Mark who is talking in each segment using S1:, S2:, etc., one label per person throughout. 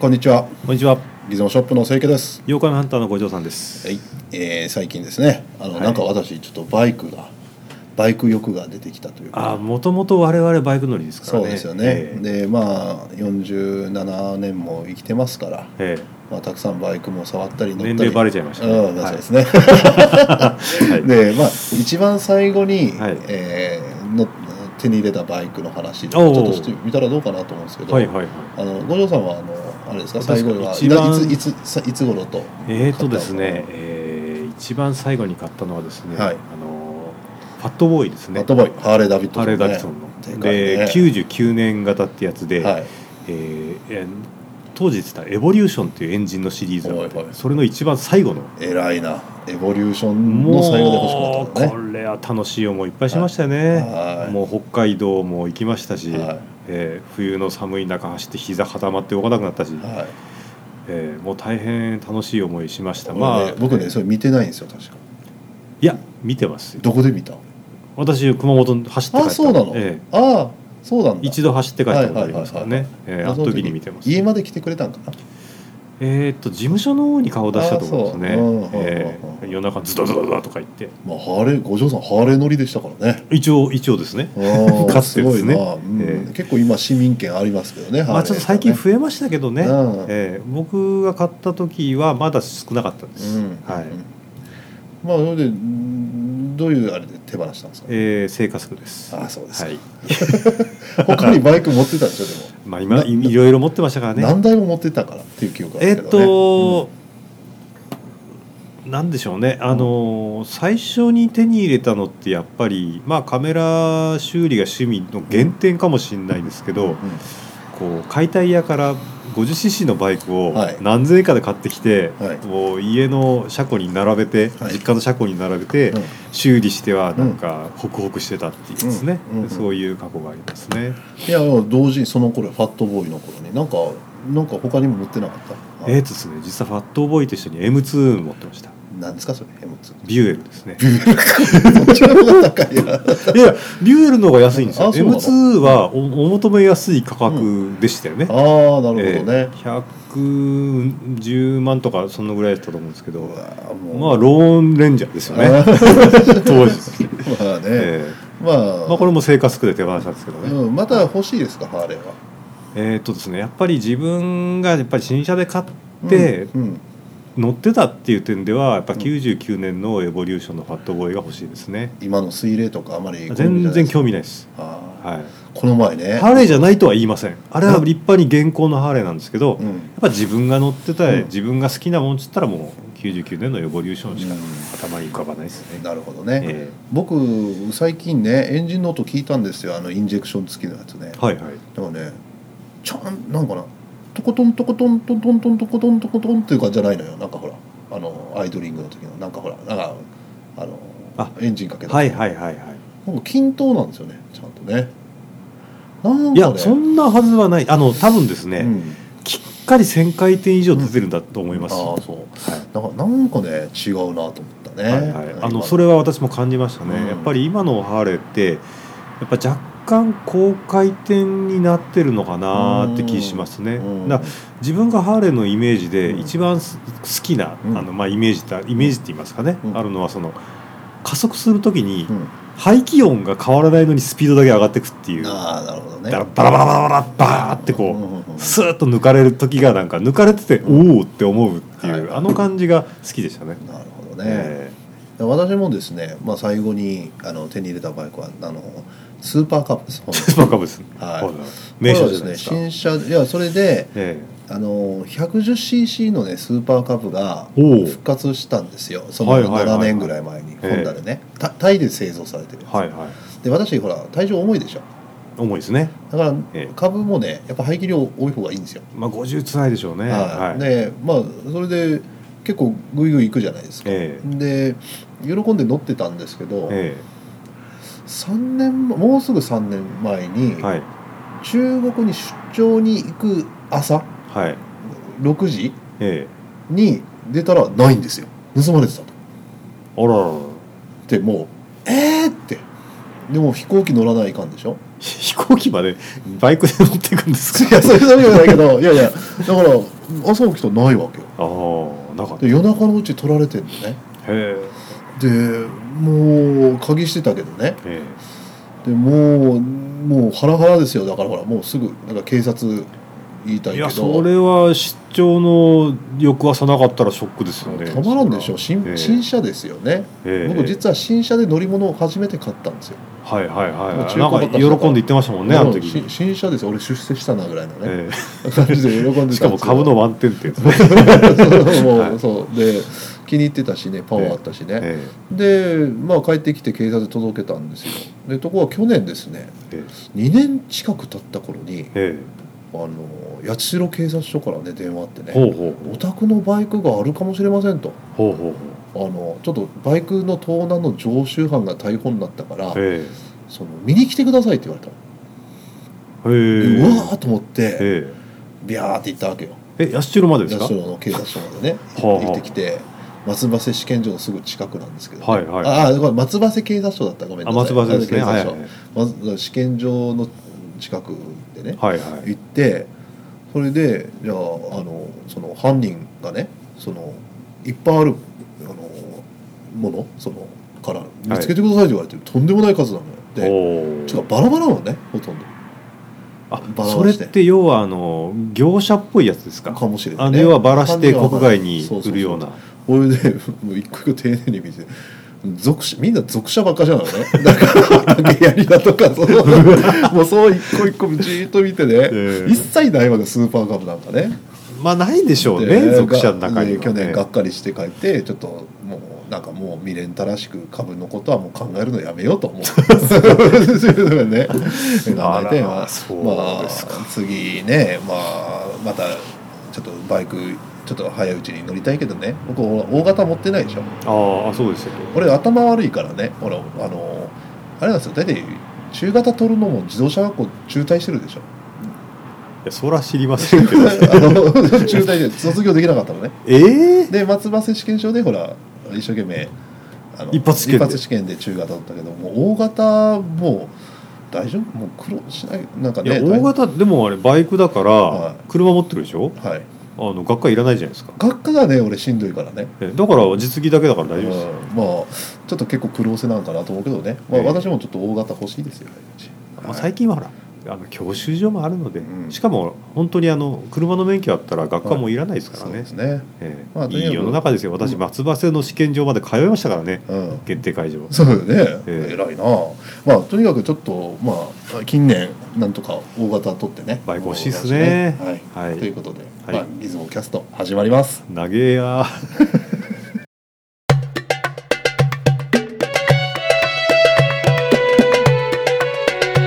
S1: こんにちは。
S2: こんにちは。
S1: ギズモショップの清家です。
S2: 妖怪ハンターの五条さんです。
S1: はい、えー最近ですね。あの、
S2: はい
S1: なんか私ちょっとバイクがバイク欲が出てきたという
S2: ああ、
S1: か。
S2: もともと我々バイク乗りですか
S1: そ
S2: らね。
S1: うですよね。
S2: ええ
S1: で、まあ47年も生きてますから。
S2: え
S1: まあ、たくさんバイクも触ったり乗ったり
S2: 年齢バレちゃいましたね
S1: うんまあ
S2: はい
S1: そうですね、
S2: え はい。
S1: でまあ一番最後に、
S2: はい
S1: えーの手に入れたバイクの話ち
S2: お
S1: ょ
S2: う
S1: っとしてみたらどうかなと思うんですけど、
S2: はいはいはい。
S1: あの五条さんはあのあれですか
S2: 私が
S1: 最後は
S2: 一番
S1: いついつさいつ頃と
S2: えっ、ー、とですね、えー、一番最後に買ったのはですね、
S1: はい
S2: あのーファットボーイです
S1: マ
S2: ね。
S1: ットボーイハーレー・ダビッド
S2: ハーレー・ダビソ
S1: ン
S2: ンの。
S1: でかいね
S2: で、99年型ってやつで、
S1: はい
S2: えーえー当時言ってたエボリューションっていうエンジンのシリーズがあって
S1: はいはい
S2: それの一番最後の。
S1: 偉いなエボリューションの最後で欲しか
S2: も
S1: っ
S2: う
S1: たの
S2: こ
S1: ね
S2: れは楽しい思いいっぱいしましたよね、
S1: はい
S2: もう北海道も行きましたし、
S1: は
S2: えー冬の寒い中走って膝固まって動かなくなったし、
S1: い、はい
S2: えーもう大変楽しい思いしましたま
S1: ま
S2: あ、
S1: あ、僕ねそれ見てないんですよ確か
S2: いや見てますよ
S1: どこで見た
S2: 私熊本走って帰った
S1: あそうなの、
S2: え
S1: ああそうなんだ
S2: え一度走って帰ったことありますから
S1: はい
S2: ね
S1: は
S2: えーあの時に見てます
S1: 家まで来てくれたんかな
S2: えーっと事務所の方に顔を出したと思うんです
S1: あそううんうんうん
S2: ね、えー夜中ズドズドズドとか言って
S1: まあハーレー五条さんハーレー乗りでしたから ね
S2: 一応一応ですね
S1: ああ
S2: かつてですね
S1: ごいなうん
S2: ええ
S1: 結構今市民権ありますけどね
S2: まあ、ちょっと最近
S1: え
S2: 増えましたけどね、
S1: うん
S2: ええ僕が買った時はまだ少なかったんです、
S1: うん
S2: はい
S1: まあそれでうんどういうあれで手放したんですか
S2: えー、生活区です
S1: あそうですか
S2: はい、
S1: 他にバイク持ってたんでしょでも
S2: まあ今
S1: ない
S2: いろいろ持ってましたからね
S1: 何台も持ってたからっていう記憶があ
S2: え
S1: る
S2: っ
S1: けど、ね、
S2: と、なんでしょうねあのー最初に手に入れたのってやっぱりまあカメラ修理が趣味の原点かもしれないですけど、
S1: うん、
S2: こう解体屋から 50cc のバイクを
S1: はい
S2: 何千円かで買ってきて、
S1: はい
S2: もう家の車庫に並べて、
S1: はい
S2: 実家の車庫に並べて、
S1: うん
S2: 修理してはなんかホクホクしてたっていうですね、
S1: うんうんうん
S2: そういう過去がありますね。
S1: いや同時にその頃ファットボーイの頃になんかなんか他にも持ってなかった
S2: えーとですね、実はファットボーイと一緒に M2 持ってました
S1: なんですかそれ M2
S2: ビュエルですね
S1: こっちの方が高いな
S2: いやビュエルの方が安いんですよ
S1: あそうなの
S2: M2 はおお求めやすい価格でしたよね、
S1: ああなる
S2: え
S1: ほどね
S2: ー、110万とかそのぐらいだったと思うんですけど
S1: うわも
S2: まあローンレンジャーですよね
S1: あ
S2: 当時、
S1: ーまあね、
S2: え
S1: まあ、
S2: ーまあ、これも生活苦で手放したんですけどね、
S1: うん、また欲しいですかハーレーは
S2: えーっとですねやっぱり自分がやっぱり新車で買って、
S1: うんうん
S2: 乗ってたっていう点ではやっぱ
S1: うん
S2: 99年のエボリューションのファットボーイが欲しいですね
S1: 今の水冷とかあまり
S2: 全然
S1: 味
S2: 興味ないです、
S1: あ
S2: はい、
S1: ーこの前ね
S2: ハーレーじゃないとは言いませんあれは立派に現行のハーレーなんですけど、
S1: う
S2: やっ
S1: ん
S2: ぱ自分が乗ってた、
S1: うん
S2: 自分が好きなものっつったらもう99年のエボリューションしか
S1: うん
S2: 頭に浮かばないですね、
S1: なるほどね、
S2: え
S1: 僕最近ねエンジンの音聞いたんですよあのインジェクション付きのやつね
S2: ーはいはい
S1: だからねちゃんなんかなトコトントコトントントントントコトントコトンっていう感じじゃないのよなんかほらあのアイドリングの時のなんかほらなんかあの
S2: あ
S1: エンジンかけた
S2: はいはいはいはい
S1: なんか均等なんですよねちゃんとねなんかね
S2: いやそんなはずはないあの多分ですね、
S1: うん
S2: きっかり1000回転以上出てるんだと思います、
S1: あ
S2: は
S1: あそうだからなんかね違うなと思った
S2: い
S1: ね、
S2: はい、あの
S1: 今
S2: それは私も感じましたね、
S1: うん
S2: やっぱり今のハーレーってやっぱ若干高回転になってるのかなって気しますね、
S1: うん
S2: な自分がハーレーのイメージで
S1: うん
S2: 一番す好きな、
S1: うん
S2: あのまあ、イメージだイメージって言いますかね、
S1: うん
S2: あるのはその加速するときに
S1: うん
S2: 排気音が変わらないのにスピードだけ上がっていくっていうだ
S1: ああなるほどね
S2: からバラバラバラバラバーってこう、
S1: んんん
S2: スーッと抜かれる時がなんか抜かれてておおって思うっていう、
S1: はい
S2: あの感じが好きでしたね。
S1: なるほどね、
S2: え
S1: 私もですね、まあ、最後にあの手に入れたバイクはあのスーパーカップです本
S2: えスパーカブス、
S1: はい
S2: ほら名
S1: 当
S2: 車
S1: に
S2: じゃないですか。
S1: これはね新車いやそれで
S2: え
S1: あの 110cc のねスーパーカップが
S2: えおお
S1: 復活したんですよそ
S2: は
S1: の
S2: いはいはいはい
S1: 7年ぐらい前にホンダでね、タタイで製造されてる、
S2: はいはい
S1: で私ほら体重重いでしょ
S2: 重いですね。
S1: だから
S2: ええ
S1: 株もねやっぱ排気量多い方がいいんですよ、
S2: まあ50つないでしょうね。
S1: は
S2: はいい。
S1: でまあそれで結構グイグイいくじゃないですか、
S2: え
S1: で喜んで乗ってたんですけど、
S2: ええ
S1: 三年前もうすぐ3年前に、
S2: えはい
S1: 中国に出張に行く朝
S2: はい
S1: 6時
S2: ええ
S1: に出たらないんですよ盗まれてたと
S2: あららら
S1: でもうえーってでも飛行機乗らないかんでしょ
S2: 飛行機までバイクで乗っていくんです
S1: い
S2: か
S1: やそれそれじゃないけどいやいやだから朝起きたらないわけよ
S2: ああなかった
S1: で
S2: へ
S1: 夜中のうち取られてんのね
S2: え
S1: でもう鍵してたけどね
S2: え
S1: でもうもうハラハラですよだからほらもうすぐなんか警察言いたいけ
S2: えい
S1: ど
S2: やそれは出張の翌朝なかったらショックですよね
S1: たまらんでしょ
S2: そ
S1: 新,、
S2: ええ
S1: 新車ですよね、
S2: りゃええ
S1: 僕実は新車で乗り物を初めて買ったんですよ、
S2: はいはいはい
S1: もう
S2: は
S1: 中
S2: い
S1: 古
S2: な
S1: ばっか
S2: んか喜んで言ってましたもんねあの時
S1: し
S2: に、
S1: 新車ですよ俺出世したなぐらいのね、
S2: え
S1: 感じで喜んでたん
S2: え
S1: です
S2: しかも株のワンテンってやつね、
S1: そうもう、
S2: はい
S1: そうで気に入ってたしねパワーあったしね、
S2: え
S1: でまあ帰ってきて警察届けたんですよでとこは去年ですね
S2: ええ
S1: 2年近く経った頃に
S2: ええ
S1: あの八代警察署からね電話あって
S2: えほう
S1: ね
S2: ほ
S1: 「
S2: う
S1: お宅のバイクがあるかもしれません」と
S2: ほうほうほう
S1: 「あのちょっとバイクの盗難の常習犯が逮捕になったから
S2: ええ
S1: その見に来てください」って言われたの、
S2: へえ
S1: でうわーと思って
S2: え
S1: ビャーって行ったわけよ
S2: ええ八代までですか
S1: 八代の警察署までね
S2: はあはあ
S1: 行ってきて松葉瀬試験場のすぐ近くなんですけど、
S2: はいはい
S1: ああこれ松葉瀬警察署だったごめんな
S2: あ
S1: さい
S2: 松葉線ですね
S1: あ
S2: は
S1: の
S2: い
S1: 警
S2: は
S1: 察
S2: い
S1: 署まず試験場の近くでね
S2: はいはい
S1: 行ってそれでじゃああのその犯人がねそのいっぱいあるあのものそのから見つけてくださいって言われて、とんでもない数なのよ
S2: お
S1: で
S2: ー
S1: ちょっとバラバラなのねほとんど
S2: あ
S1: バラ
S2: そ
S1: バラ
S2: れっ
S1: して
S2: て要はあの業者っぽいやつですか
S1: かもしれな
S2: あ
S1: い、
S2: の
S1: ね、
S2: 要はバラして国外に
S1: そうそうそう
S2: 売るような
S1: これでもう一個一個丁寧に見て属者みんな属者ばっかじゃないのね だから竹やりだとかそ のもうそう一個一個じーっと見てね、
S2: ええ
S1: 一切ないわけスーパーカブなんかね
S2: まあないでしょう
S1: で
S2: ね属者の中
S1: で
S2: にはね
S1: 去年がっかりして帰ってちょっともうなんかもう未練たらしく株のことはもう考えるのやめようと思う そういうのがね考えて
S2: あら
S1: まあ
S2: そうですか
S1: まあ、次ね、まあ、またちょっとバイクちょっと早いうちに乗りたいけどね僕ほら大型持ってないでしょ
S2: ああそうですよ
S1: 俺頭悪いからねほらあのあれなんですよ大体中型取るのも自動車学校中退してる でしょ
S2: いやそら知りませ んけ
S1: あ
S2: ど
S1: の中退で卒業できなかったのね
S2: ええ
S1: で松葉瀬試験場でほら一生懸命あの
S2: 一発試験で
S1: 試験で中型だったけどもう大型もう大丈夫もう苦労しないなんか
S2: い
S1: ね
S2: や大型でもあれバイクだか
S1: は
S2: ら
S1: い
S2: 車持ってるでしょ
S1: 大はい
S2: あの学会いらないじゃないですか
S1: 学科がね俺しんどいからね
S2: えだから実技だけだから大丈夫ですよ
S1: うんまあちょっと結構苦労せなんかなと思うけどね、まあ、
S2: ええ
S1: 私もちょっと大型欲しいですよ、
S2: まあ、
S1: はい
S2: 最近はほらあの教習所もあるので、
S1: うん
S2: しかも本当にあの車の免許あったら学科もいらないですから
S1: そう
S2: ね、
S1: ですね
S2: ええ
S1: まあとにか
S2: い
S1: く
S2: い世の中ですよ私
S1: うん
S2: 松葉瀬の試験場まで通いましたからね
S1: うん
S2: 限定会場
S1: そうよね、
S2: ええ
S1: 偉いなまあとにかくちょっとまあ近年なんとか大型取ってね
S2: バイク欲しいっすね
S1: はい
S2: は
S1: という
S2: い
S1: ことで、
S2: はい
S1: まあ、リズムキャスト始まります。
S2: 投げや
S3: いつもキャスト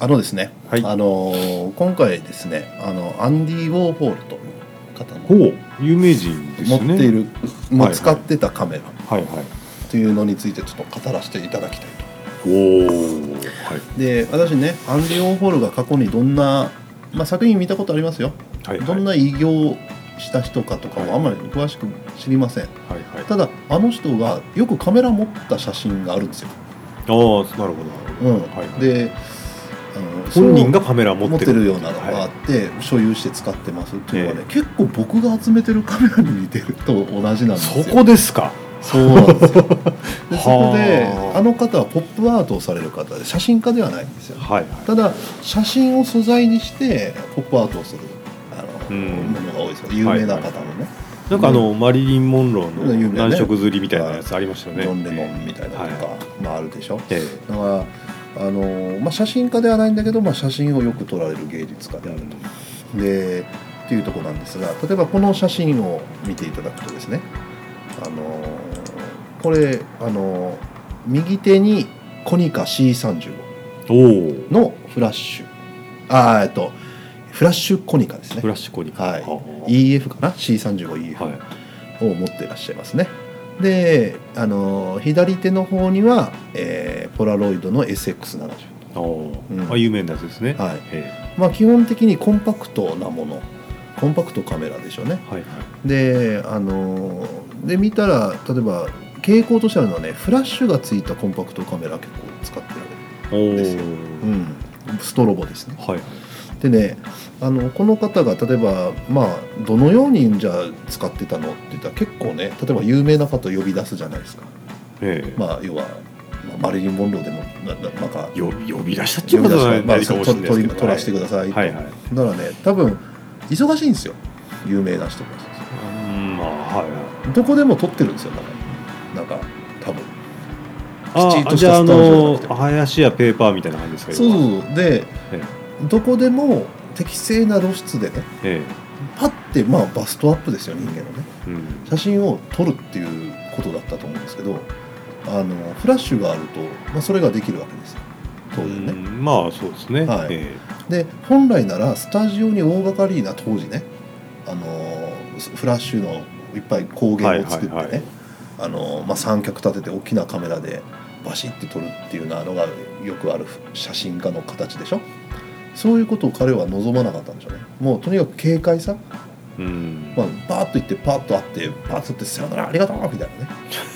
S1: あのですね、
S2: はい
S1: あのー今回ですね、あのアンディウォーホールという方
S2: ほ
S1: の
S2: う有名人です
S1: 持
S2: ね
S1: っている、
S2: は
S1: も
S2: いうはい
S1: 使ってたカメラ
S2: はいはい
S1: というのについてちょっと語らせていただきたいと。
S2: おおはい
S1: で、私ね、アンディウォーホールが過去にどんなまあ作品見たことありますよ。
S2: はいはい
S1: どんな偉業をした人かとか
S2: はい
S1: はあまり詳しく知りません。
S2: はいはいあ
S1: ただあの人がよくカメラ持った写真があるんですよ。
S2: あーなるほ
S1: うん。
S2: はいはい
S1: で、あの
S2: ど本人がカメラ持
S1: 持っ
S2: っ
S1: て
S2: て
S1: る
S2: る
S1: ようなのがあって、所有して使ってますっていうのはね、
S2: え
S1: 結構僕が集めてるカメラに似てると同じなんです
S2: そ
S1: よ
S2: こですか
S1: そうなん ですよでそこで
S2: はあ
S1: あの方はポップアートをされる方で写真家ではないんですよ
S2: はいはい
S1: ただ写真を素材にしてポップアートをするあの、
S2: うん
S1: ものが多いですよ有名な方のね、
S2: なんかあの、マリリン・モンロー
S1: 有
S2: の
S1: 名なね
S2: 難色釣りみたいなやつありましたよね
S1: ジョン・レノンみたいなのとか、まああるでしょ
S2: え
S1: だからあの、まあ、写真家ではないんだけど、まあ、写真をよく撮られる芸術家であると。でっていうところなんですが例えばこの写真を見ていただくとですねあのーこれあのー右手にコニカ C35
S2: えおお
S1: のフラッシュあーえっとフラッシュコニカですね
S2: フラッシュコニカ
S1: はい
S2: い
S1: EF かな C35EF
S2: はい
S1: を持ってらっしゃいますねであのー左手の方には、えーポラロイドの SX70
S2: あー、
S1: うん
S2: あ有名なやつですね
S1: はい
S2: え
S1: まあ基本的にコンパクトなものコンパクトカメラでしょうね
S2: えはいはい
S1: であので見たら例えば傾向としてあるのはねフラッシュがついたコンパクトカメラ結構使ってられる、
S2: おお
S1: ですようん、ストロボですね
S2: はい
S1: でねあのこの方が例えばまあどのようにじゃあ使ってたのって言ったら結構ね例えば有名な方呼び出すじゃないですか
S2: ええ
S1: まあ要は、まあマリリン・モンローでもなななんか
S2: よ呼び出したっていうことは
S1: まあ
S2: ないかもしれないですけど
S1: 撮らせてください、
S2: はいはいはい
S1: ならね多分忙しいんですよ有名な人が
S2: うんまあはいはい
S1: どこでも撮ってるんですよだからなんか多分きちん
S2: あ
S1: とした
S2: じゃああ
S1: スタジオ
S2: の
S1: じゃなくて
S2: 林やペーパーみたいな感じですか
S1: そう
S2: 今
S1: そうそうで
S2: え
S1: どこでも適正な露出でね
S2: え
S1: パッてまあバストアップですよ人間のね
S2: えうん
S1: 写真を撮るっていうことだったと思うんですけどあのフラッシュがあると、まあ、それができるわけですよ当然
S2: う
S1: ね、
S2: んまあそうですね
S1: はい
S2: え
S1: で本来ならスタジオに大掛かりな当時ねあのフラッシュのいっぱい光源を作ってね、
S2: はいはいはい
S1: あのまあ、三脚立てて大きなカメラでバシッて撮るっていうのがよくある写真家の形でしょそういうことを彼は望まなかったんでしょうねもうとにかく軽快さ
S2: えうん
S1: まあ、バーッと行ってパーッと会ってパーッとって「さよならありがとう」みたい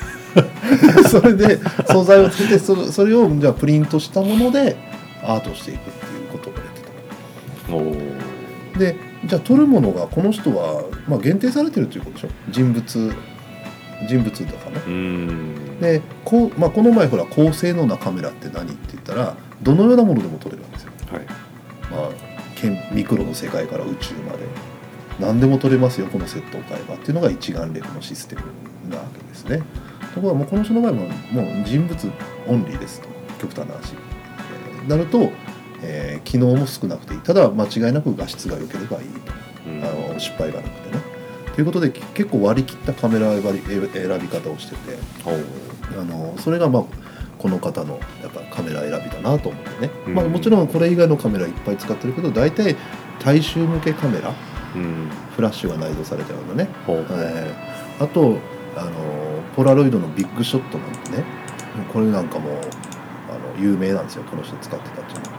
S1: なねそれで素材をつけてそれそれをじゃあプリントしたものでアートをしていくっていうことをやってた
S2: おー
S1: でじゃあ撮るものがこの人は、まあ、限定されてるということでしょ人物人物とかね
S2: うん
S1: でこう、まあ、この前ほら高性能なカメラって何って言ったらどのようなものでも撮れるわけですよ
S2: はい
S1: まあ、けんミクロの世界から宇宙まで何でも取れますよこのセットを買えばっていうのが一眼レフのシステムなわけですねところがもうこの人の場合はもう人物オンリーですと極端な話、えーなると、えー機能も少なくていいただ間違いなく画質が良ければいいと
S2: うん
S1: あの失敗がなくてねということで結構割り切ったカメラ選び選び方をしてて
S2: おー
S1: あのそれがまあこの方のやっぱカメラ選びだなと思ってね、
S2: うん
S1: まあ、もちろんこれ以外のカメラいっぱい使ってるけど大体大衆向けカメラ
S2: うん
S1: フラッシュが内蔵されたようなね、
S2: ほう
S1: えーあとあのポラロイドのビッグショットなんてねこれなんかもあの有名なんですよこの人使ってたっていうのは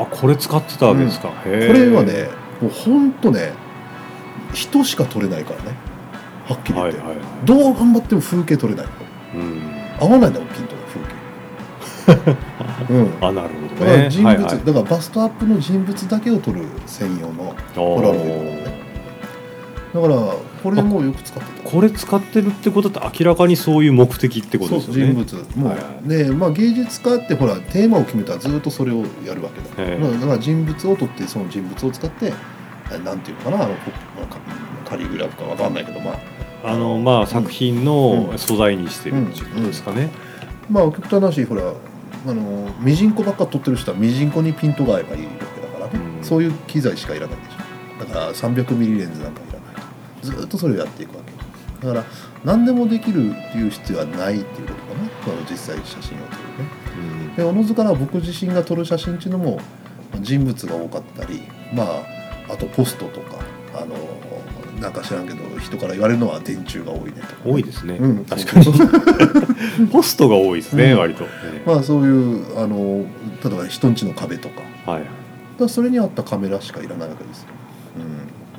S2: ああこれ使ってたわけですか、へえ
S1: これはねもうほんとね人しか撮れないからねはっきり言
S2: は
S1: っ
S2: い
S1: て、
S2: はいは
S1: どう頑張っても風景撮れない
S2: いうん
S1: 合わないんだもんピントが 風景うん
S2: あなるほど
S1: だから
S2: ね
S1: 人物、
S2: はいはい
S1: だからバストアップの人物だけを撮る専用の
S2: お
S1: ポラロイドの
S2: ー
S1: ねだからこれもよく使ってた
S2: これ使ってるってことって明らかにそういう目的ってことです
S1: そ
S2: よ
S1: う
S2: ね
S1: 人物もう、
S2: はいはい
S1: でまあ芸術家ってほらテーマを決めたらずっとそれをやるわけだ、
S2: ええ
S1: まあだから人物を撮ってその人物を使ってあなんていうのかなあのこなんかカリグラフかわかんないけどまあ
S2: あのまあ作品の素材にしてるっていうことですかね、
S1: まあ極端な話ほらあのミジンコばっか撮ってる人はミジンコにピントが合えばいいわけだからね、
S2: うん
S1: そういう機材しかいらないでしょだから300ミリレンズなんかいらないとずっとそれをやっていくわけだから何でもできるっていう必要はないっていうことかなその実際に写真を撮るね
S2: うん
S1: でおのずから僕自身が撮る写真っていうのもまあ人物が多かったりまああとポストとかあのなんか知らんけど人から言われるのは電柱が多いねとかね、
S2: 多いですね、
S1: うん
S2: 確かに ポストが多いですね、
S1: うん
S2: 割と、ね
S1: まあそういうあの例えば人んちの壁とかだか
S2: はい
S1: らそれに合ったカメラしかいらないわけですよ、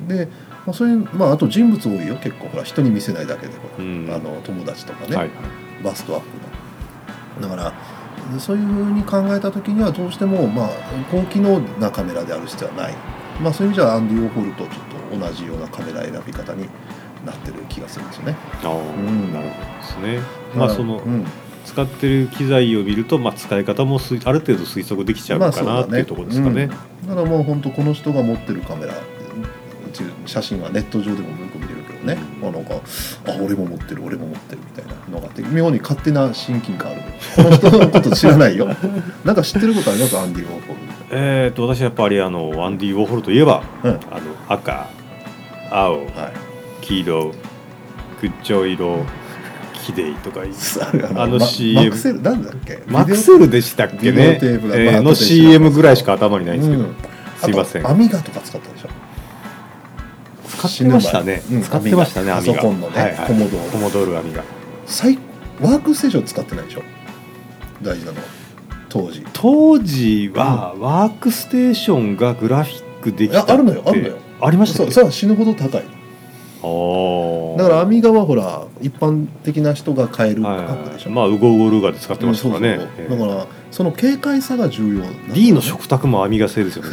S1: うん、で、まあ、そういう、まあ、あと人物多いよ結構ほら人に見せないだけでほら、
S2: うん
S1: あの友達とかね、
S2: はいはい
S1: バストアップのだからそういうふうに考えた時にはどうしても、まあ、高機能なカメラである必要はない、まあ、そういう意味じゃアンディ・オーホルとちょっと同じようなカメラ選び方になってる気がするんですよね。
S2: ああ、
S1: ん
S2: なるほどですねまあその、
S1: うん
S2: 使ってる機材を見ると、まあ、使い方もすいある程度推測できちゃう
S1: ま
S2: か
S1: あ
S2: な
S1: そ
S2: っ
S1: う
S2: て
S1: だね
S2: いうところですかね。
S1: だからもう本当この人が持ってるカメラっていう写真はネット上でもよく見れるけどね、
S2: うん
S1: あなんかあ俺も持ってる俺も持ってるみたいなのがあって妙に勝手な親近感あるこの人のこと知らないよ なんか知ってることありますアンディ・ウォーホル
S2: えー、と私はやっぱりあのアンディ・ウォーホルといえば、
S1: うん
S2: あの赤青
S1: はい
S2: 黄色口調色キデイとかい
S1: あ
S2: あの
S1: ま
S2: CM
S1: マクセルなんだっけ
S2: マクセルでしたっけ
S1: ビデオ
S2: ね、
S1: テープだ
S2: えー
S1: まあ後で調べ
S2: の
S1: ます
S2: CM ぐらいしか頭にないんですけど、
S1: うん
S2: すいません
S1: あとアミガとか使ったでしょ
S2: 使ってましたね
S1: 死ぬ、前うん
S2: 使ってましたね
S1: ア
S2: ア
S1: ミガ
S2: ミ
S1: パ
S2: が
S1: ソコンのね
S2: はいはい
S1: コモドー
S2: コモドールアミが
S1: 最ワークステーション使ってないでしょ大事なのは当時
S2: 当時はワークステーションがグラフィックできたって
S1: ああるのよあるのよ
S2: ありました
S1: そ
S2: っけ
S1: それは死ぬほど高い
S2: あー
S1: だからアミガはほら一般的な人が買える
S2: は
S1: 価
S2: いはい
S1: 格でしょ、
S2: まあウゴウゴルーガーで使ってましたからね、
S1: うんそう
S2: え
S1: そうそうだからその警戒さが重要なんだ
S2: え D の食卓もアミガ製ですよね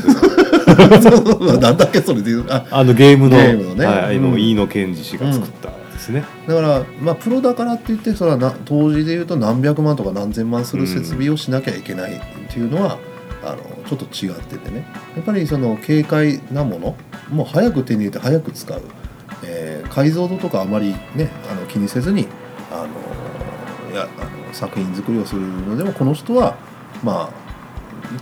S1: なんだっけそれであ
S2: あのゲームの
S1: ゲームのね
S2: はい、あ
S1: う
S2: の
S1: ん
S2: E の健二氏が作ったですね、
S1: だからまあプロだからって言ってそれはな当時で言うと何百万とか何千万する設備をしなきゃいけないっていうのは、あのちょっと違っててねやっぱりその軽快なものもう早く手に入れて早く使う、えー解像度とかあまりねあの気にせずにあのいやあの作品作りをするのでもこの人はまあ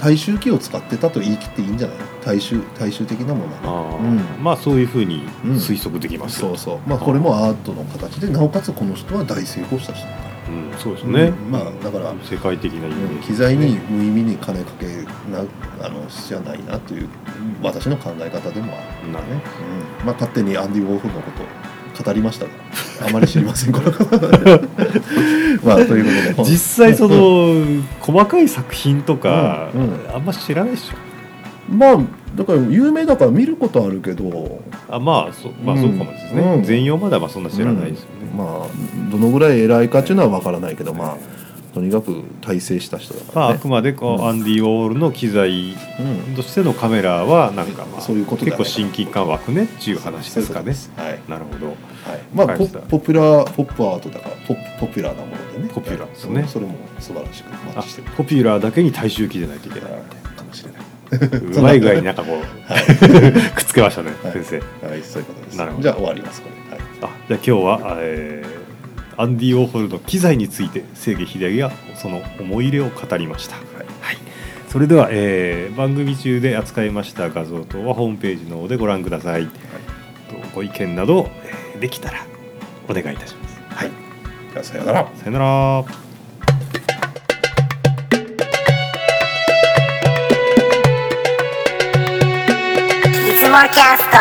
S1: 大衆機を使ってたと言い切っていいんじゃない大衆大衆的なものはね
S2: ああ
S1: うん
S2: まあそういうふうに
S1: うん
S2: 推測できますよ、
S1: そうそうまあこれもアートの形でなおかつこの人は大成功した人
S2: うんそうですね、
S1: うんまあだから
S2: 世界的なイメージ、
S1: 機材に無意味に金かけなあのじゃないなという私の考え方でもある
S2: なる
S1: ね、うんまあ勝手にアンディ・ウォーホルのこと語りましたがあまり知りませんから まあということで
S2: 実際その細かい作品とか、
S1: うんう
S2: あんま知らないでしょ
S1: まあだから有名だから見ることあるけど
S2: あまあそうまあ
S1: うん
S2: そうかもですね、
S1: うん
S2: 全容まではまあそんな知らないですよね、
S1: まあどのぐらい偉いかっていうのは分からないけどまあとにかく大成した人だから
S2: まあ、あ
S1: ね、
S2: くまでこ
S1: う
S2: う、
S1: ん
S2: アンディ・ウォールの機材
S1: うん
S2: としてのカメラはなんかまあ
S1: そういうことだ
S2: 結構親近感湧くねっていう話ですかね
S1: はい
S2: なるほど
S1: はい、まあ
S2: わかり
S1: ポ
S2: ました
S1: ポピュラーポップアートだからポップポピュラーなものでね
S2: ポピュラーですね
S1: それも素晴らしくマッ
S2: あ
S1: チしてる
S2: ポピュラーだけに大衆機でないといけない
S1: かもしれな
S2: うまい具合 になんかこう、くっつけましたね、
S1: はい
S2: 先生
S1: い、はい、そういうことです
S2: なるほど
S1: じゃあ終わりますこれ、はい、
S2: あじゃあ今日は、えーアンディ・ウォーホルの機材について清家秀明がその思い入れを語りました、はいそれでは、えー番組中で扱いました画像等はホームページの方でご覧ください、とご意見など、えーできたらお願いいたします、はい、
S1: じゃあさようなら
S2: さよなら
S3: いつもキャスト